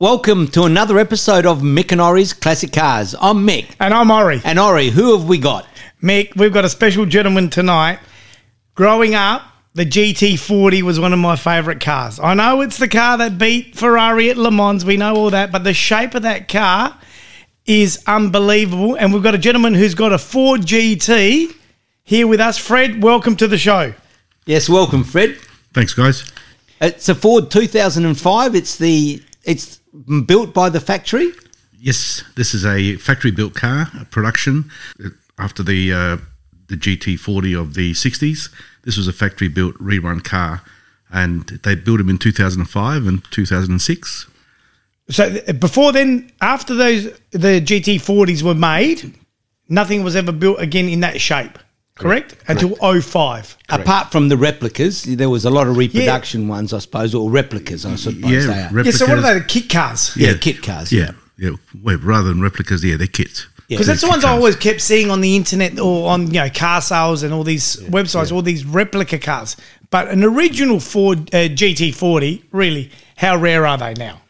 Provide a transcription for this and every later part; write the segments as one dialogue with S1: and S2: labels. S1: Welcome to another episode of Mick and Ori's Classic Cars. I'm Mick.
S2: And I'm Ori.
S1: And Ori, who have we got?
S2: Mick, we've got a special gentleman tonight. Growing up, the GT40 was one of my favourite cars. I know it's the car that beat Ferrari at Le Mans, we know all that, but the shape of that car is unbelievable. And we've got a gentleman who's got a Ford GT here with us. Fred, welcome to the show.
S1: Yes, welcome, Fred.
S3: Thanks, guys.
S1: It's a Ford 2005. It's the it's built by the factory.
S3: Yes, this is a factory-built car, a production It- after the uh, the GT40 of the '60s. This was a factory-built rerun car, and they built them in 2005 and 2006.
S2: So th- before then, after those the GT40s were made, nothing was ever built again in that shape, correct? Until 05.
S1: Apart from the replicas, there was a lot of reproduction ones, I suppose, or replicas, I suppose
S3: Yeah,
S1: they are.
S3: rep-
S2: Yeah, so what are
S3: Replicas.
S2: they, the kit cars?
S1: yeah, kit cars.
S3: Yeah, yeah. Well, rather than replicas, yeah, they're kits.
S1: Yeah.
S2: Because that's the
S3: They're kit
S2: ones I
S3: cars.
S2: always kept seeing on the internet or on you know car sales and all these websites, all these replica cars. But an original Ford uh, GT40, really, how rare are they now?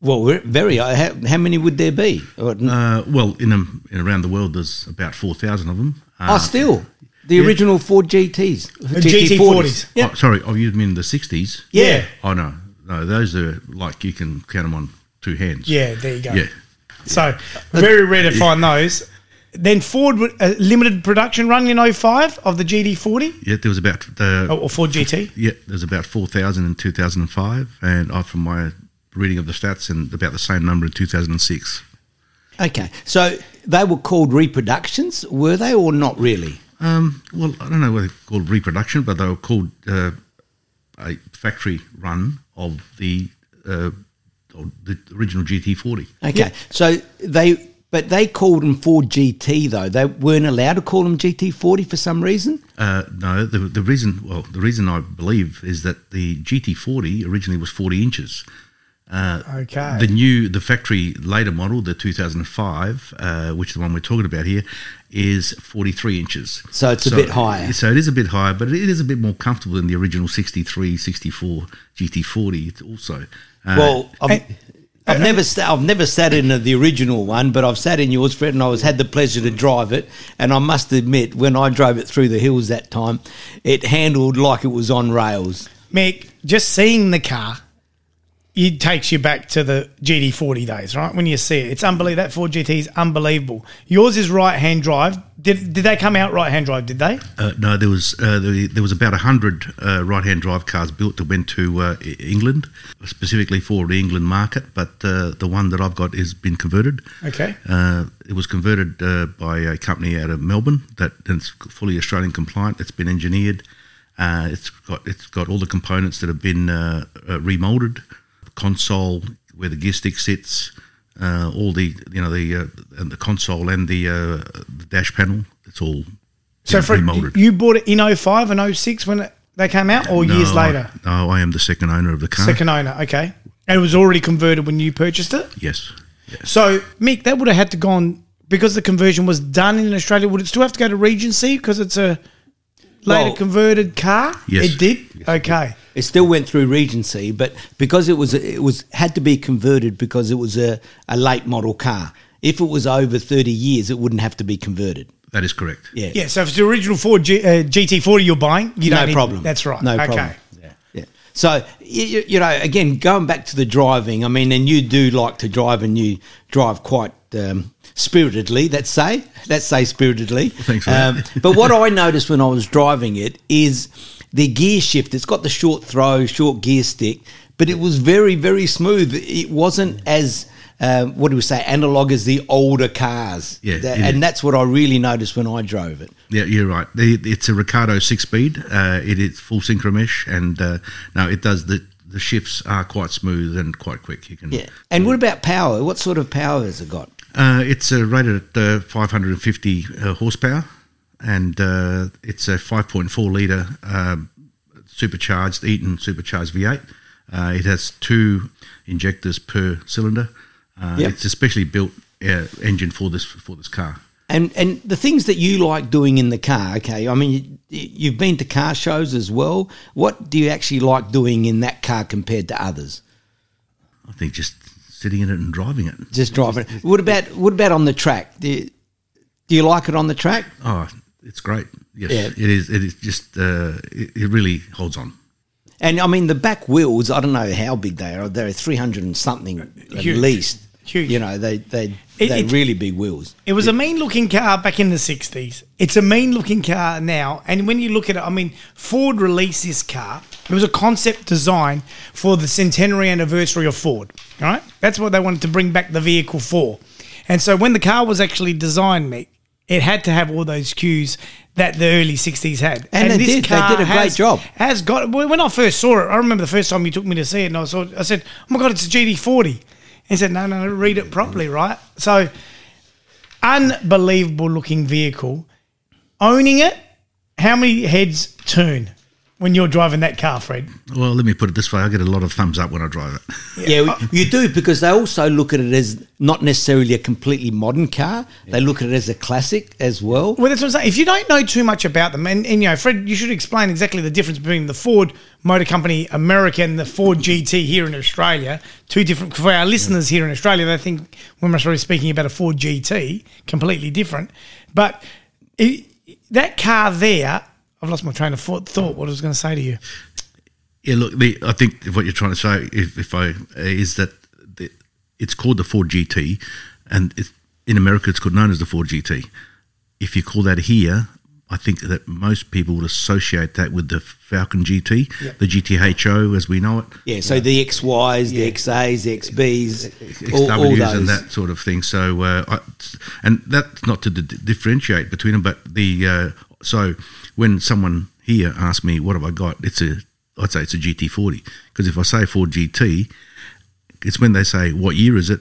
S1: Well, we're very. uh, How, how many would there be? Or-
S3: Uh, well, in, um in around the world, there's about four thousand of them. Uh,
S1: oh, still the original Ford GTs,
S2: GT40s.
S1: Yeah.
S3: Oh, sorry, oh, you mean the '60s?
S2: Yeah.
S3: Oh no, no, those are like you can count them on two hands.
S2: Yeah, there you go.
S3: Yeah.
S2: So very rare to find those. Then Ford would- a limited production run in 05 of the GT40
S3: Yeah, there was about the
S2: Oh, or, or Ford GT.
S3: Yeah, there's about 4,000 in 2005, and uh, from my reading of the stats, and about the same number in 2006.
S1: Okay, so they were called reproductions, were they, or not really?
S3: Um, well, I don't know whether they're called reproduction, but they were called uh, a factory run of the uh, of the original GT40.
S1: Okay, so they but they called them Ford GT though. They weren't allowed to call them GT40 for some reason.
S3: Uh, no, the, the reason, well, the reason I believe is that the GT40 originally was 40 inches.
S2: Okay.
S3: The new, the factory later model, the 2005, uh, which is the one we're talking about here, is 43 inches.
S1: So it's a bit higher.
S3: So it is a bit higher, but it is a bit more comfortable than the original 63, 64 GT40 also. Uh,
S1: well, I've, I've never sta I've never sat in the original one, but I've sat in yours, Fred, and I was had the pleasure to drive it. And I must admit, when I drove it through the hills that time, it handled like it was on rails.
S2: Mick, just seeing the car, it takes you back to the GD40 days, right? When you see it, it's unbelievable. That Ford GT is unbelievable. Yours is right hand drive. Did did they come out right hand drive? Did they?
S3: uh, no, there was uh, there, there was about 100 uh, right-hand drive cars built that went to uh, E- England, specifically for the England market, but uh, the one that I've got has been converted.
S2: Okay.
S3: Uh, it was converted uh, by a company out of Melbourne that and it's fully Australian compliant. It's been engineered. Uh, it's got it's got all the components that have been uh, uh, remolded, console where the gear stick sits, uh, all the you know the uh, and the console and the, uh, the dash panel. It's all
S2: So,
S3: yeah,
S2: Fred, you bought it in 05 and 06 when it, they came out, or years
S3: No, I-
S2: later?
S3: no, I am the second owner of the car.
S2: Second owner, okay. And it was already converted when you purchased it?
S3: Yes. Yeah.
S2: So, Mick, that would have had to gone because the conversion was done in Australia. Would it still have to go to Regency because it's a later
S1: Well-
S2: converted car?
S3: Yes.
S2: It did? okay.
S1: It still went through Regency, but because it was it was had to be converted because it was a, a late model car. If it was over thirty years, it wouldn't have to be converted.
S3: That is correct.
S1: Yeah,
S2: Yeah, so if it's the original Ford G, uh, GT40 you're buying, you
S1: no
S2: don't need-
S1: problem.
S2: That's right.
S1: No
S2: okay.
S1: problem. Yeah. yeah. So you, you know, again, going back to the driving. I mean, and you do like to drive, and you drive quite um, spiritedly. Let's say, let's say spiritedly. Um,
S3: Thanks for that.
S1: but what I noticed when I was driving it is the gear shift. It's got the short throw, short gear stick, but it was very, very smooth. It wasn't as um, what do we say, analog as the older cars.
S3: Yeah,
S1: That-
S3: it
S1: and
S3: is.
S1: that's what I really noticed when I drove it.
S3: Yeah, you're right. The- It's a Ricardo six-speed. Uh, it is full synchro mesh, and uh, no, it does the the shifts are quite smooth and quite quick. You can.
S1: Yeah. And what about power? What sort of power has it got?
S3: Uh, it's uh, rated at uh, 550 uh, horsepower, and uh, it's a 5.4 liter uh, supercharged Eaton supercharged V8. Uh, it has two injectors per cylinder. Uh,
S1: Yep.
S3: It's a specially built uh, engine for this for this car.
S1: And and the things that you like doing in the car, okay? I mean, you, you've been to car shows as well. What do you actually like doing in that car compared to others?
S3: I think just sitting in it and driving it.
S1: Just driving. it. What about what about on the track? Do you, do you like it on the track?
S3: Oh, it's great. Yes,
S1: Yeah.
S3: it is. It is just uh, it, it really holds on.
S1: And I mean the back wheels. I don't know how big they are. They're three hundred and something at
S2: Huge.
S1: least.
S2: Huge.
S1: You know they they
S2: It-
S1: they're
S2: it-
S1: really big wheels.
S2: It was a mean looking car back in the 60s. It's a mean looking car now. And when you look at it, I mean, Ford released this car. It was a concept design for the centenary anniversary of Ford. All right. That's what they wanted to bring back the vehicle for. And so when the car was actually designed, Mick, it had to have all those cues that the early 60s had.
S1: And they did. They did a great
S2: has-
S1: job.
S2: Has got well, when I first saw it, I remember the first time you took me to see it, and I saw. I said, "Oh my god, it's a GD40." And he said, "No, no, no, read it properly, right?" So, unbelievable looking vehicle. Owning it, how many heads turn when you're driving that car, Fred?
S3: Well, let me put it this way: I get a lot of thumbs up when I drive it.
S1: Yeah, you do because they also look at it as not necessarily a completely modern car. They look at it as a classic as well.
S2: Well, that's what I'm saying. If you don't know too much about them, and, and you know, Fred, you should explain exactly the difference between the Ford Motor Company America and the Ford GT here in Australia. Two different for our listeners here in Australia, they think when we're sort of speaking about a Ford GT, completely different. But it, that car there, I've lost my train of thought. thought what I was going to say to you.
S3: Yeah, look, the, I think what you're trying to say, if, if I, is that the, it's called the Ford GT, and it's, in America it's called known as the Ford GT. If you call that here, I think that most people would associate that with the Falcon GT, the GTHO as we know it,
S1: Yeah, so the XYs, the XAs, the XBs, all,
S3: XWs
S1: all those.
S3: and that sort of thing. So, uh, I, and that's not to d- differentiate between them, but the uh, so when someone here asks me what have I got, it's a I'd say it's a GT40 because if I say Ford GT, it's when they say what year is it,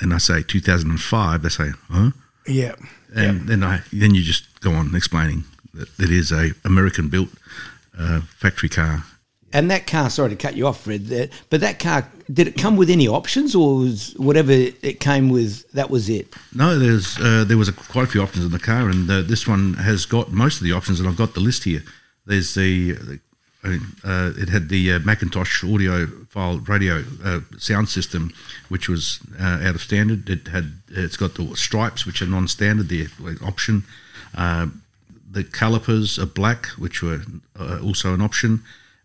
S3: and I say 2005, they say huh,
S2: Yeah.
S3: and then I then you just go on explaining that it is a American built uh, factory car.
S1: And that car, sorry to cut you off, Fred, that- but that car, did it come with any options or was whatever it came with, that was it?
S3: No, there's uh, there was a, quite a few options in the car, and uh, this one has got most of the options, and I've got the list here. There's the, the I mean, uh, it had the uh, Macintosh audio file radio uh, sound system, which was uh, out of standard. It had it's got the stripes, which are non-standard, the like, option. Uh, the calipers are black, which were uh, also an option,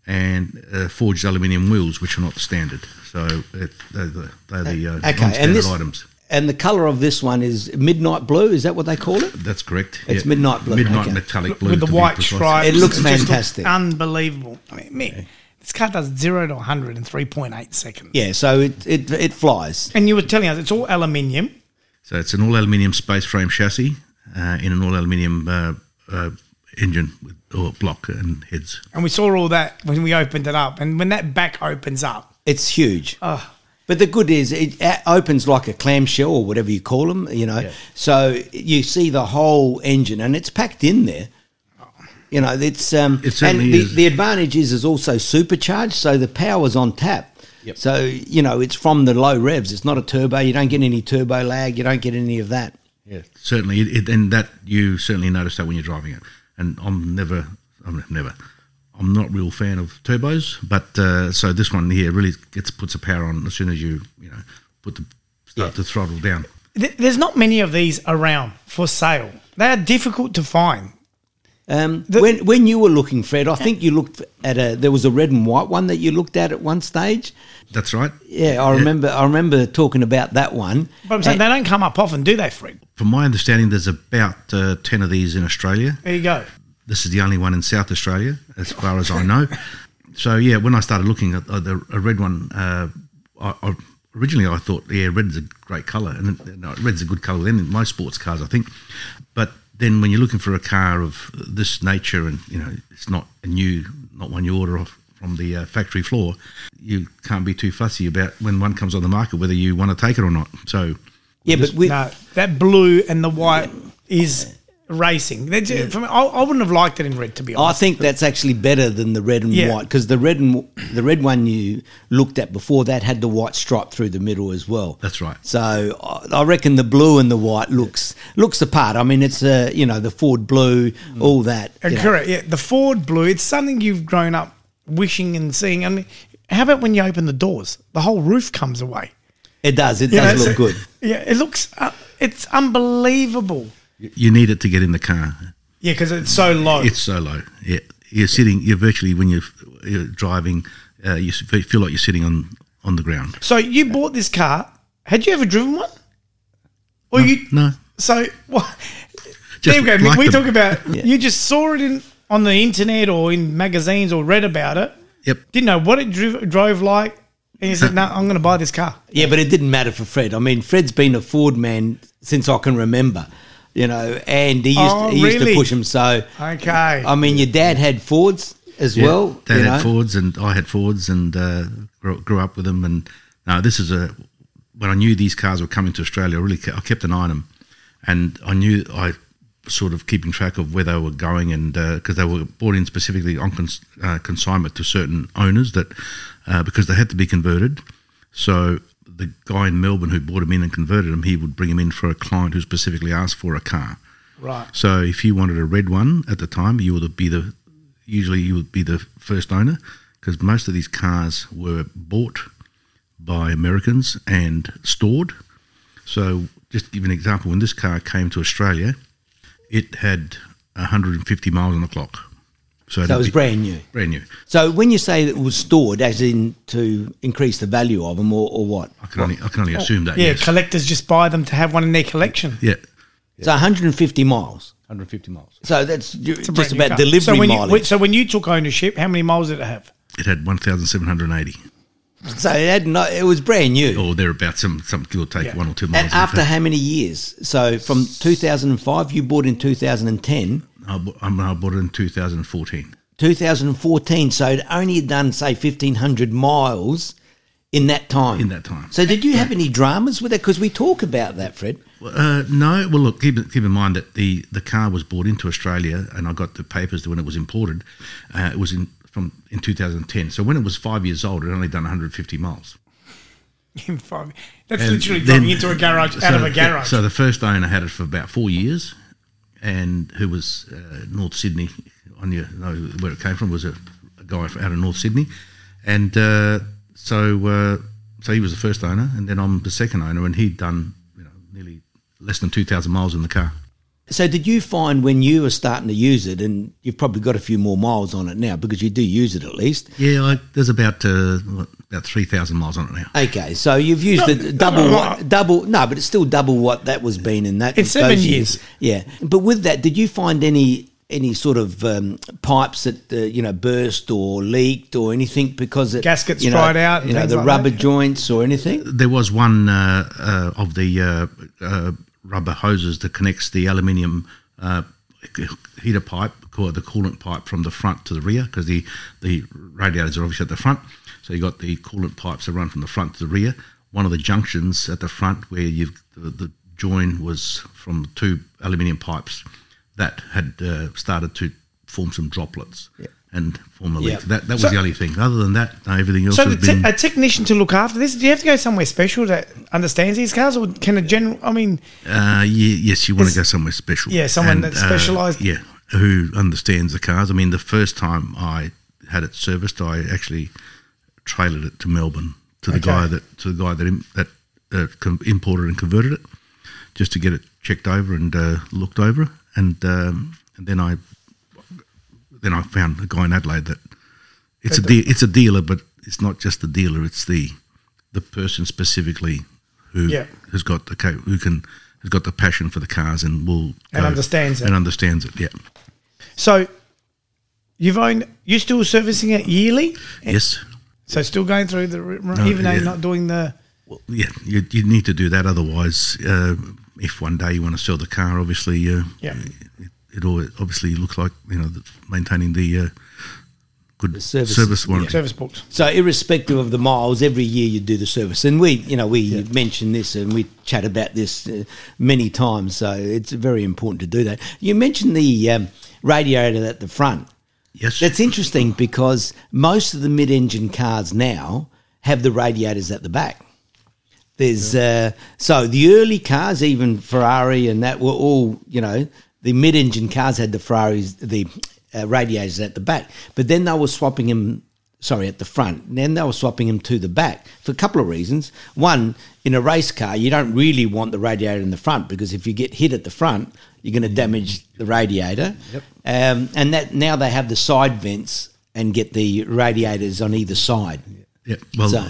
S3: and uh, forged aluminium wheels, which are not standard. So it, they're the, they're the uh, non-standard
S1: and this,
S3: items.
S1: And the colour of this one is midnight blue, is that what they call it?
S3: That's correct.
S1: It's midnight blue,
S3: Midnight
S1: okay.
S3: metallic blue.
S2: With the
S3: to be
S2: white
S3: precise.
S2: stripes.
S1: It looks
S2: It just looked
S1: fantastic.
S2: unbelievable. I mean, Mick, this car does 0 to 100 in 3.8 seconds.
S1: Yeah, so it, it, it flies.
S2: And you were telling us it's all aluminium.
S3: So it's an all aluminium space frame chassis uh, in an all aluminium uh, uh, engine with, or block and heads.
S2: And we saw all that when we opened it up. And when that back opens up,
S1: It's huge.
S2: oh,
S1: But the good is it a- opens like a clamshell or whatever you call them, you know. So you see the whole engine and it's packed in there. You know, it's um
S3: It
S1: and
S3: certainly
S1: the,
S3: is.
S1: the advantage is is also supercharged, so the power's on tap. So, you know, it's from the low revs. It's not a turbo. You don't get any turbo lag. You don't get any of that.
S3: Yeah, certainly. It, it, and that you certainly notice that when you're driving it. And I'm never, I'm never, I'm not real fan of turbos, but uh, so this one here really gets puts a power on as soon as you you know put the start the throttle down.
S2: th- there's not many of these around for sale. They are difficult to find.
S1: Um, when when you were looking, Fred, I think you looked at a. There was a red and white one that you looked at at one stage.
S3: That's right.
S1: Yeah, I remember. I remember talking about that one.
S2: But I'm
S1: And-
S2: saying they don't come up often, do they, Fred?
S3: From my understanding, there's about uh, ten of these in Australia.
S2: There you go.
S3: This is the only one in South Australia, as far as I know. So yeah, when I started looking at uh, the a red one, uh, I, I, originally I thought yeah, red's a great colour, and it- no, red's a good colour then in most sports cars, I think. But then when you're looking for a car of this nature, and you know it's not a new, not one you order off from the uh, factory floor, you can't be too fussy about when one comes on the market whether you want to take it or not. So
S1: yeah, but with,
S2: No, that blue and the white is racing. They're ju- for me, I, I wouldn't have liked it in red, to be
S1: I
S2: honest.
S1: think that's actually better than the red and
S2: Yeah.
S1: white because the red and the red one you looked at before that had the white stripe through the middle as well.
S3: That's right.
S1: So I I reckon the blue and the white looks looks the part. I mean, it's a you know the Ford blue,
S3: Mm.
S1: all that. you know.
S2: Correct. Yeah, the Ford Blue. It's something you've grown up wishing and seeing. I mean, how about when you open the doors? The whole roof comes away.
S1: It does. It
S2: You know,
S1: does look
S2: it's-
S1: good.
S2: Yeah, it looks. Uh, it's unbelievable.
S3: You need it to get in the car.
S2: Yeah, because it's so low.
S3: It's so low. Yeah, you're sitting. You're virtually when you're, you're driving, uh, you s- feel like you're sitting on on the ground.
S2: so you bought this car. Had you ever driven one? Or you?
S3: No,
S2: So what?
S3: Just
S2: there we go.
S3: like
S2: we
S3: them.
S2: talk about. You just saw it in on the internet or in magazines or read about it.
S3: Yep.
S2: Didn't know what it drove, drove like, and you said, "No, I'm going to buy this car."
S1: Yeah, but it didn't matter for Fred. I mean, Fred's been a Ford man since I can remember, you know, and he used,
S2: Oh,
S1: he used
S2: really?
S1: to push him. So,
S3: Um,
S2: Okay.
S1: I mean, your dad had Fords as
S3: Yeah,
S1: well.
S3: Dad
S1: you
S3: had
S1: know?
S3: Fords, and I had Fords, and uh, grew, grew up with them. And no, this is a when I knew these cars were coming to Australia. I really ke- I kept an eye on them, and I knew I was sort of keeping track of where they were going, and because they were brought in specifically on cons- uh, consignment to certain owners that uh, because they had to be converted. So the guy in Melbourne who brought them in and converted them, he would bring them in for a client who specifically asked for a car.
S2: right.
S3: So if you wanted a red one at the time, you would be the usually you would be the first owner because most of these cars were bought by Americans and stored. So just to give you an example, when this car came to Australia, it had 150 miles on the clock.
S1: So it was
S3: it'd be-
S1: brand new.
S3: Brand new.
S1: So, when you say that it was stored, as in to increase the value of them, or, or what?
S3: I can only I
S1: Oh,
S3: can only assume that.
S2: Yeah,
S3: yes.
S2: collectors just buy them to have one in their collection.
S3: yeah.
S1: So, 150 miles.
S3: 150 miles.
S1: So that's ju-
S2: It's a
S1: just
S2: brand new
S1: about
S2: car.
S1: delivery
S2: so when
S1: mileage.
S2: You, so when you took ownership, how many miles did it have?
S3: It had 1,780
S1: so it had no, it was brand new.
S2: Oh,
S3: or thereabouts, some some give or take
S2: Yeah.
S3: one or two miles.
S1: And after how many years? So from 2005, you bought in 2010,
S3: I bought, I bought it in 2014.
S1: 2014. So it only had done say 1500 miles in that time.
S3: In that time.
S1: So did you have any dramas with it? Because we talk about that, Fred.
S3: Uh, no, well, look, keep, keep in mind that the, the car was brought into Australia, and I got the papers when it was imported. Uh, it was in from in 2010. So when it was five years old, it had only done 150 miles.
S2: In five. That's
S3: And
S2: literally
S3: then-
S2: driving into a garage, out of
S3: so-
S2: a garage.
S3: So the first owner had it for about four years, and who was uh, North Sydney. I knew know where it came from. Was a, a guy from, out of North Sydney, and uh, so uh, so he was the first owner, and then I'm the second owner, and he'd done you know nearly less than 2,000 miles in the car.
S1: So did you find when you were starting to use it, and you've probably got a few more miles on it now because you do use it at least.
S3: Yeah, I, there's about uh, what, about three thousand miles on it now.
S1: Okay, so you've used it double what, double no, but it's still double what that was been in that
S2: It's
S1: those
S2: seven
S1: Yeah, but with that, did you find any any sort of um, pipes that uh, you know burst or leaked or anything because it,
S2: Gaskets
S1: you know,
S2: dried out and
S1: you know
S2: things
S1: the
S2: like
S1: rubber
S2: that?
S1: joints or anything?
S3: There was one uh, uh, of the uh, uh, rubber hoses that connects the aluminium uh, heater pipe, called the coolant pipe, from the front to the rear, because the the radiators are obviously at the front. So you got the coolant pipes that run from the front to the rear. One of the junctions at the front where you've the, the join was from two aluminium pipes that had uh, started to form some droplets and form a leak.
S1: Yeah.
S3: That that was
S2: So-
S3: the only thing. Other than that, no, everything else
S2: So
S3: has
S2: the te-
S3: been.
S2: a technician to look after this, do you have to go somewhere special that understands these cars, or can a general? I mean,
S3: Uh, ye- yes, you want
S2: Is-
S3: to go somewhere special.
S2: Yeah, someone that's
S3: uh,
S2: specialised.
S3: yeah, who understands the cars. I mean, the first time I had it serviced, I actually trailered it to Melbourne to the
S2: Okay.
S3: guy that to the guy that im- that uh, com- imported and converted it, just to get it checked over and uh, looked over, and um, and then I then I found a guy in Adelaide that it's a de- it's a dealer, but it's not just the dealer; it's the the person specifically who
S2: Yeah.
S3: has got the ca- who can has got the passion for the cars and will
S2: And understands it.
S3: and understands it. Yeah,
S2: so you've owned, you're still servicing it yearly,
S3: yes,
S2: so still going through the r- r-
S3: No,
S2: even though you're
S3: yeah.
S2: not doing the.
S3: well, yeah. You, you need to do that, otherwise, uh, if one day you want to sell the car, obviously, uh,
S2: Yeah.
S3: it, it always, obviously looks like you know the, maintaining the uh, good
S1: service-
S3: service, warranty.
S2: Service books.
S1: So irrespective of the miles, every year you do the service, and we you know we mention this and we chat about this uh, many times. So it's very important to do that. You mentioned the um, radiator at the front.
S3: Yes,
S1: That's interesting because most of the mid-engine cars now have the radiators at the back. There's uh, so the early cars, even Ferrari and that, were all you know the mid-engine cars had the Ferraris, the uh, radiators at the back, but then they were swapping them sorry, at the front. And then they were swapping them to the back for a couple of reasons. One, in a race car, you don't really want the radiator in the front because if you get hit at the front, you're going to
S3: Mm-hmm.
S1: damage the radiator. Yep. Um, and that now they have the side vents and get the radiators on either side.
S3: Yeah. Well,
S1: So-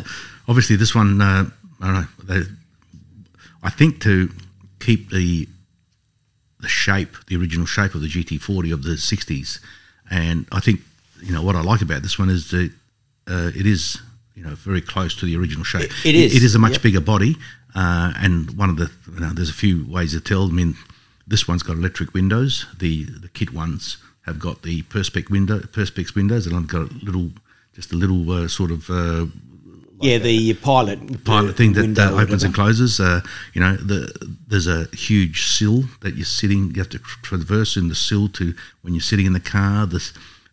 S3: obviously this one, uh, I don't know. They, I think to keep the the shape, the original shape of the GT40 of the 60s, and I think you know what I like about this one is that uh, it is you know very close to the original shape.
S1: It- it is,
S3: It is a much
S1: yep.
S3: bigger body, uh, and one of the you know there's a few ways to tell. I mean, this one's got electric windows. The the kit ones have got the perspex window, perspex windows, and I've got a little, just a little uh, sort of. Uh,
S1: yeah, the pilot
S3: pilot
S1: the
S3: thing that
S1: window
S3: uh,
S1: or
S3: opens
S1: whatever.
S3: and closes. Uh, you know, the, there's a huge sill that you're sitting. You have to tr- traverse in the sill to when you're sitting in the car. The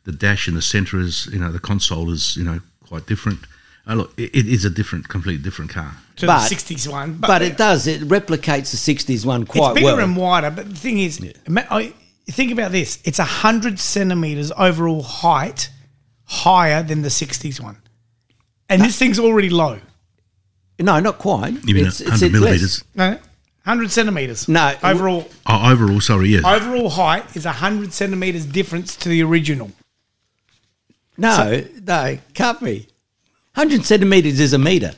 S3: the dash in the centre is you know the console is you know quite different. Uh, look, it, it is a different, completely different car.
S2: to
S1: But-
S2: the 60s one.
S1: But, it does. It replicates the '60s one
S2: it's
S1: quite
S2: bigger
S1: well.
S2: and wider. But the thing is, ima- I, think about this it's 100 centimeters overall height higher than the 60s one. And this thing's already low.
S1: no, not quite.
S3: You mean
S1: It's- it's-
S3: 100
S1: it's less.
S3: millimeters?
S2: No, 100 centimeters.
S1: No,
S2: Overall,
S3: Oh, overall, sorry, yeah.
S2: overall height is 100 centimeters difference to the original.
S1: No, no, can't be. 100 centimetres is a metre.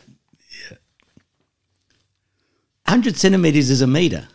S1: 100 centimetres is a metre.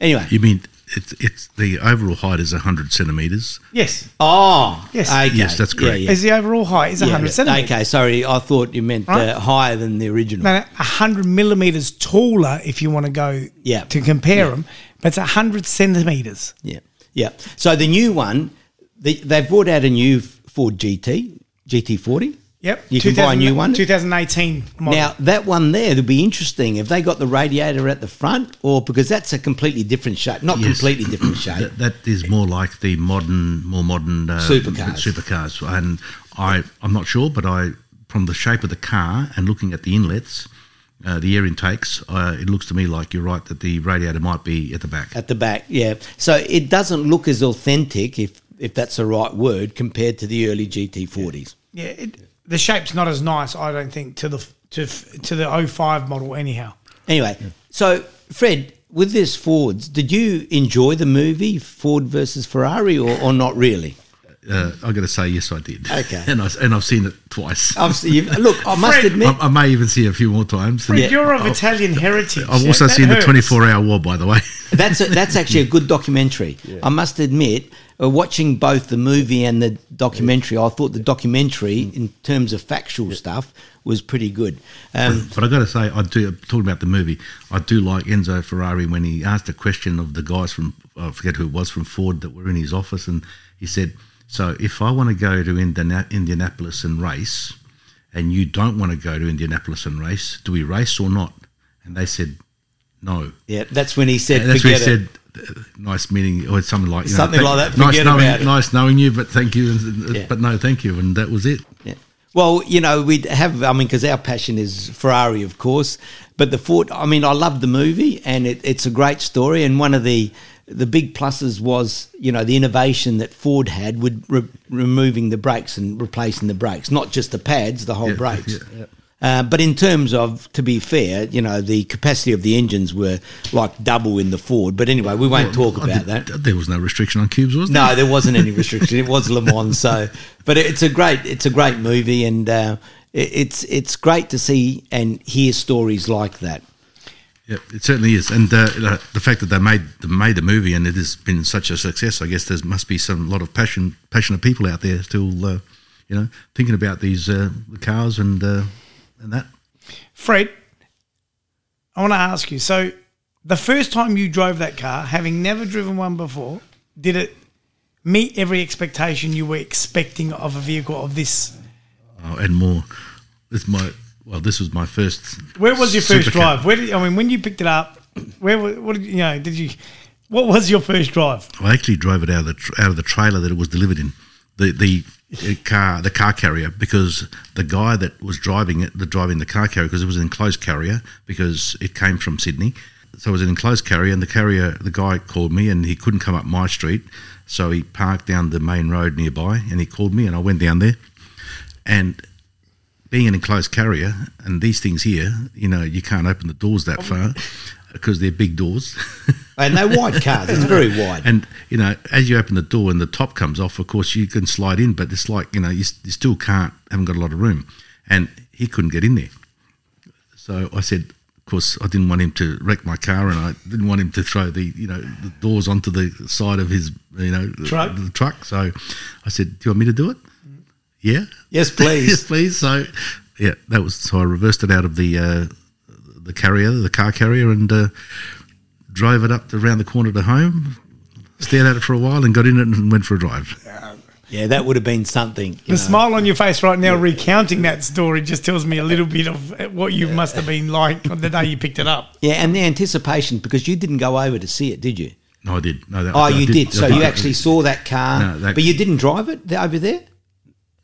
S1: Anyway.
S3: you mean it's it's the overall height is 100 centimeters.
S2: Yes.
S1: oh,
S2: Yes.
S1: Okay.
S3: Yes, that's correct.
S1: Yeah, yeah.
S2: Is the overall height is
S1: Yeah,
S2: 100 centimeters.
S1: Okay, sorry. I thought you meant
S2: Right.
S1: uh, higher than the original.
S2: No, no, 100 millimeters taller if you want to go
S1: Yeah.
S2: to compare them, but it's 100 centimeters.
S1: Yeah, yeah. So the new one, they, they've brought out a new Ford GT, GT40.
S2: Yep.
S1: You can buy a new one.
S2: 2018 model.
S1: Now that one there, it'll be interesting. Have they got the radiator at the front, or because that's a completely different shape? Not
S3: Yes.
S1: completely different shape.
S3: That, that is more like the modern, more modern uh,
S1: Supercars.
S3: Supercars, and I, I'm not sure, but I, from the shape of the car and looking at the inlets, uh, the air intakes, uh, it looks to me like you're right that the radiator might be at the back.
S1: at the back. Yeah, so it doesn't look as authentic, if if that's the right word, compared to the early GT40s.
S2: yeah, it, the shape's not as nice, I don't think, to the f- to f- to the 05 model anyhow.
S1: Anyway, so Fred, with this Ford's, did you enjoy the movie Ford versus Ferrari, or, or not really?
S3: Uh, I got to say, yes, I did.
S1: Okay. Oh,
S3: and I and I've seen it twice. I,
S1: I've, seen- you've, look, I must
S2: Fred,
S1: admit,
S3: I may even see it a few more times.
S2: Fred,
S1: Yeah.
S2: you're of Italian heritage.
S3: I've also
S2: That
S3: seen
S2: hurts.
S3: the 24 hour war, by the way.
S1: that's a, that's actually a good documentary. I must admit, uh, watching both the movie and the documentary, I thought the documentary,
S3: Mm-hmm.
S1: in terms of factual stuff, was pretty good. Um,
S3: But I got to say, I do talking about the movie. I do like Enzo Ferrari when he asked a question of the guys from I forget who it was from Ford that were in his office, and he said, "So if I want to go to Indiana- Indianapolis and race, and you don't want to go to Indianapolis and race, do we race or not?" And they said, "No."
S1: yeah, that's when he said,
S3: And that's what he
S1: "Forget it."
S3: said. uh, "Nice meeting," you," or something like you know,
S1: Something
S3: "Thank-
S1: like that,
S3: Nice
S1: forget
S3: knowing,
S1: about it."
S3: nice knowing you, but thank you, and,
S1: Yeah.
S3: but no, thank you, and that was it.
S1: Yeah. Well, you know, we'd have, I mean, because our passion is Ferrari, of course, but the Ford, I mean, I love the movie and it, it's a great story. And one of the, the big pluses was, you know, the innovation that Ford had with re- removing the brakes and replacing the brakes, not just the pads, the whole
S3: Yeah,
S1: brakes.
S3: yeah, yeah.
S1: Uh, but in terms of, to be fair, you know, the capacity of the engines were like double in the Ford. But anyway, we won't talk
S3: I
S1: about
S3: did-
S1: that.
S3: There was no restriction on cubes, was there?
S1: No, there wasn't any restriction. It was Le Mans, so but it's a great it's a great movie, and uh, it, it's it's great to see and hear stories like that.
S3: Yeah, it certainly is, and uh, uh, the fact that they made they made the movie and it has been such a success, I guess there must be some lot of passion passionate people out there still, uh, you know, thinking about these uh, cars and uh, and that.
S2: Fred, I want to ask you. So, the first time you drove that car, having never driven one before, did it meet every expectation you were expecting of a vehicle of this?
S3: Oh, and more. It's my well, this was my first.
S2: Where was your first
S3: supercar.
S2: drive? Where did, I mean, when you picked it up, where wa- what did you, you know? Did you? What was your first drive?
S3: I actually drove it out of the tr- out of the trailer that it was delivered in, the the uh, car the car carrier because the guy that was driving it, the driving the car carrier because it was an enclosed carrier because it came from Sydney, so it was an enclosed carrier and the carrier the guy called me and he couldn't come up my street, so he parked down the main road nearby and he called me and I went down there And being an enclosed carrier and these things here, you know, you can't open the doors that far because they're big doors.
S1: And they're wide cars. It's very wide.
S3: And you know, as you open the door and the top comes off, of course you can slide in, but it's like you know you, s- you still can't haven't got a lot of room, and he couldn't get in there. So I said, of course, I didn't want him to wreck my car, and I didn't want him to throw the you know the doors onto the side of his you know
S2: Truck.
S3: The, the truck. So I said, do you want me to do it? Yeah.
S1: Yes, please.
S3: yes, please. So yeah, that was so I reversed it out of the uh, the carrier, the car carrier, and. Uh, drove it up to around the corner to home, stared at it for a while, and got in it and went for a drive.
S1: Yeah, that would have been something. you
S2: The
S1: know.
S2: smile on your face right now, recounting that story, just tells me a little bit of uh, what you must have been like on the day you picked it up.
S1: Yeah, and the anticipation because you didn't go over to see it, did you?
S3: No, I did. No, that,
S1: Oh,
S3: I
S1: you did.
S3: I
S1: So you actually saw that car,
S3: No, that-
S1: but you didn't drive it th- over there.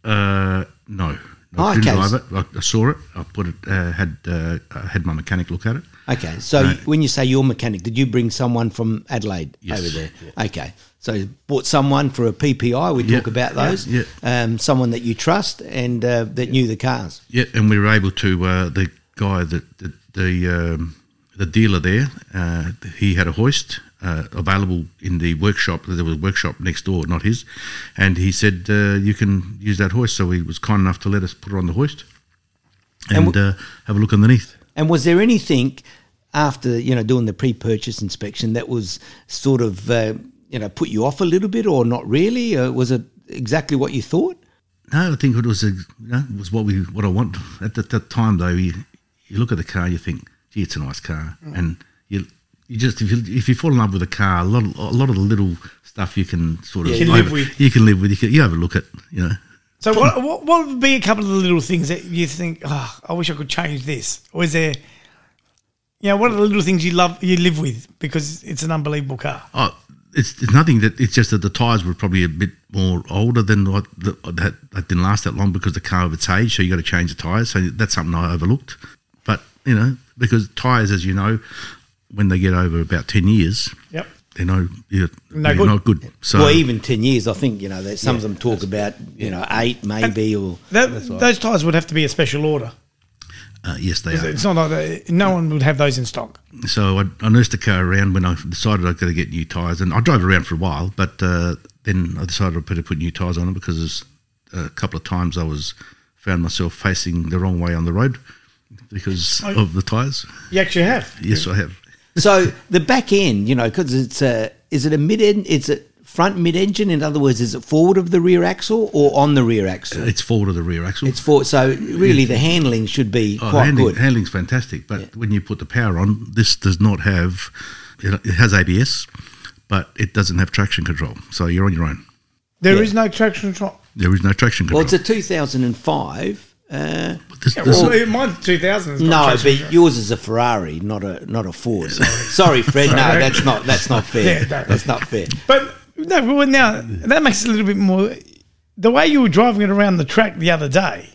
S3: Uh, no,
S1: Oh,
S3: I didn't
S1: okay.
S3: drive it. I, I saw it. I put it. Uh, had uh, I had my mechanic look at it.
S1: Okay, so
S3: No.
S1: when you say your mechanic, did you bring someone from Adelaide
S3: Yes.
S1: over there? Okay, so you bought someone for a PPI. We
S3: Yeah,
S1: talk about
S3: yeah,
S1: those.
S3: yeah.
S1: Um, someone that you trust and uh, that knew the cars.
S3: Yeah, and we were able to uh, the guy that the the, um, the dealer there. Uh, he had a hoist uh, available in the workshop. There was a workshop next door, not his, and he said uh, you can use that hoist. So he was kind enough to let us put it on the hoist
S1: And
S3: and, uh, have a look underneath.
S1: And was there anything after you know doing the pre-purchase inspection that was sort of uh, you know put you off a little bit, or not really? Or was it exactly what you thought?
S3: No, I think it was a, you know, it was what we what I want at that, that time though. You, you look at the car, you think, gee, it's a nice car,
S2: Mm.
S3: and you you just if you if you fall in love with a car, a lot of, a lot of the little stuff you can sort of
S2: You can live
S3: over-
S2: with.
S3: You can live with. You can you have a look at you know.
S2: So, what, what, what would be a couple of the little things that you think, oh, I wish I could change this? Or is there, you know, what are the little things you love, you live with because it's an unbelievable car?
S3: Oh, it's, it's nothing that it's just that the tires were probably a bit more older than what the, that that didn't last that long because the car of its age. So you got to change the tires. So that's something I overlooked. But you know, because tires, as you know, when they get over about ten years,
S2: Yep.
S3: they're no, you're,
S2: No
S3: they're
S2: good.
S3: not good. So
S1: well, e- even ten years, I think you know. That some of them talk about you know eight maybe or
S2: That, those tyres would have to be a special order.
S3: uh, yes, they are.
S2: It's not like that. no one would have those in stock.
S3: So I, I nursed the car around when I decided I was going to get new tires, and I drove around for a while. But uh, then I decided I better put new tires on it because a couple of times I was found myself facing the wrong way on the road because
S2: Oh.
S3: of the tires.
S2: You actually have.
S3: Yes, I have.
S1: so the back end, you know, because it's a is it a mid end? It's a front mid engine. In other words, is it forward of the rear axle or on the rear axle?
S3: It's forward of the rear axle.
S1: It's forward. So really, the handling should be
S3: Oh, the
S1: quite
S3: handling,
S1: good.
S3: handling's fantastic, but when you put the power on, this does not have. It it has ABS, but it doesn't have traction control. So you're on your own.
S2: There is
S1: Yeah.
S2: no traction control.
S3: There is no traction
S1: Well,
S3: control.
S1: it's a 2005. Uh,
S3: This-
S2: Yeah,
S3: this-
S2: well, mine's 2000. has got
S1: no,
S2: traction
S1: but yours is a Ferrari, not a not a Ford. Sorry, Fred. No,
S2: Sorry.
S1: that's not that's not fair.
S2: Yeah, no.
S1: That's not fair.
S2: But no, but well, now that makes it a little bit more. The way you were driving it around the track the other day,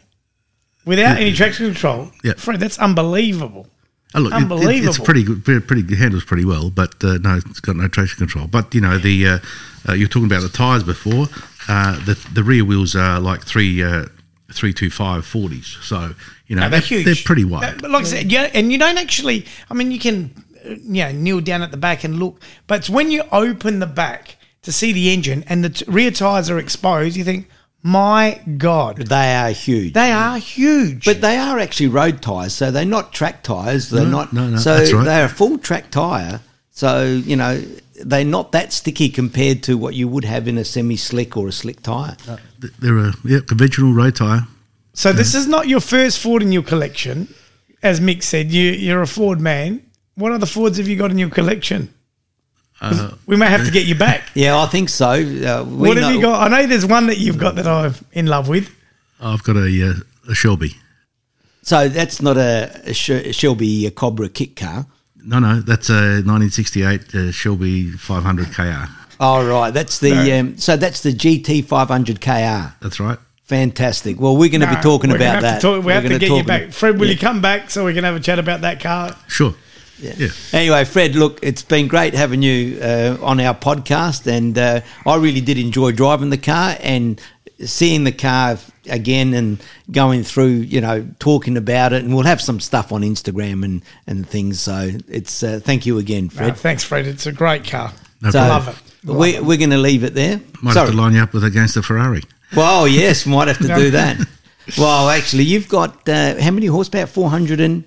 S2: without any traction control,
S3: Yeah.
S2: Fred, that's unbelievable.
S3: Oh, look, it- it- it's
S2: Unbelievable.
S3: pretty good. Pretty, pretty it handles pretty well, but uh, no, it's got no traction control. But you know the uh, uh, you were talking about the tires before. Uh, the the rear wheels are like three uh, three two five forties. So you know
S2: No,
S3: they're, they're pretty wide.
S2: But like I said, yeah, and you don't actually. I mean, you can, uh, yeah, kneel down at the back and look, but it's when you open the back to see the engine and the t- rear tires are exposed, you think, my god,
S1: They are huge.
S2: they are huge.
S1: But they are actually road tyres, so they're not track tyres. They're
S3: No,
S1: not.
S3: no, no,
S1: so
S3: that's right.
S1: they're a full track tyre. So you know they're not that sticky compared to what you would have in a semi-slick or a slick tyre.
S3: Th- They're a yeah, conventional road tire.
S2: So this is not your first Ford in your collection, as Mick said. You you're a Ford man. What other Fords have you got in your collection? 'Cause
S3: Uh,
S2: we may have to get you back.
S1: yeah, I think so. Uh, we
S2: what have
S1: know-
S2: you got? I know there's one that you've got that I'm in love with.
S3: I've got a uh, a Shelby.
S1: So that's not a, a Sh- a Shelby a Cobra kit car.
S3: No, no, that's a 1968 uh, Shelby 500 KR.
S1: All right, that's the um, so that's the GT 500 KR.
S3: That's right.
S1: Fantastic. Well, we're going to
S2: Nah,
S1: be talking
S2: we're gonna
S1: about that.
S2: have to talk- we
S1: We're
S2: have to
S1: gonna
S2: get you
S1: talk
S2: back,
S1: about-
S2: Fred. Will
S1: yeah.
S2: you come back so we can have a chat about that car?
S3: Sure. yeah.
S1: Anyway, Fred, look, it's been great having you uh, on our podcast, and uh, I really did enjoy driving the car. And seeing the car again and going through, you know, talking about it. And we'll have some stuff on Instagram and, and things. So it's uh, thank you again,
S2: Oh,
S1: Fred.
S2: thanks, Fred. It's a great car.
S3: No
S1: so
S3: problem.
S2: Love it.
S1: we, We're going to leave it there.
S3: Might have
S1: Sorry.
S3: to line you up with against the Ferrari.
S1: Well, yes, might have to
S2: No.
S1: do that. Well, actually, you've got uh, how many horsepower? 400 and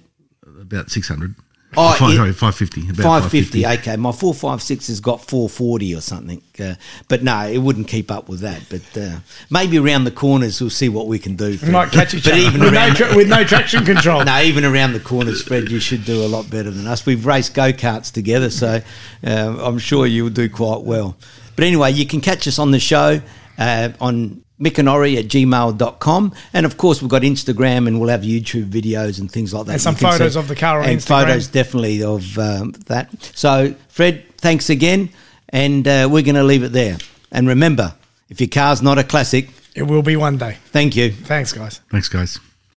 S3: About 600.
S1: Oh,
S3: Five-
S1: it-
S3: sorry, 550. About
S1: 550. Okay, my 456 has got 440 or something. Uh, but no, it wouldn't keep up with that. But uh, maybe around the corners, we'll see what we can do.
S2: We
S1: Fred.
S2: might catch each
S1: But
S2: other
S1: even
S2: with,
S1: around-
S2: no tra- with no traction control.
S1: No, even around the corners, Fred, you should do a lot better than us. We've raced go karts together, so uh, I'm sure you'll do quite well. But anyway, you can catch us on the show uh, on mickanori at gmail.com. And of course, we've got Instagram and we'll have YouTube videos and things like that.
S2: And some
S1: You can
S2: photos of the car on
S1: and
S2: Instagram.
S1: photos definitely of um, that. So, Fred, thanks again. And uh, we're going to leave it there. And remember, if your car's not a classic,
S2: It will be one day.
S1: thank you.
S2: Thanks, guys.
S3: Thanks, guys.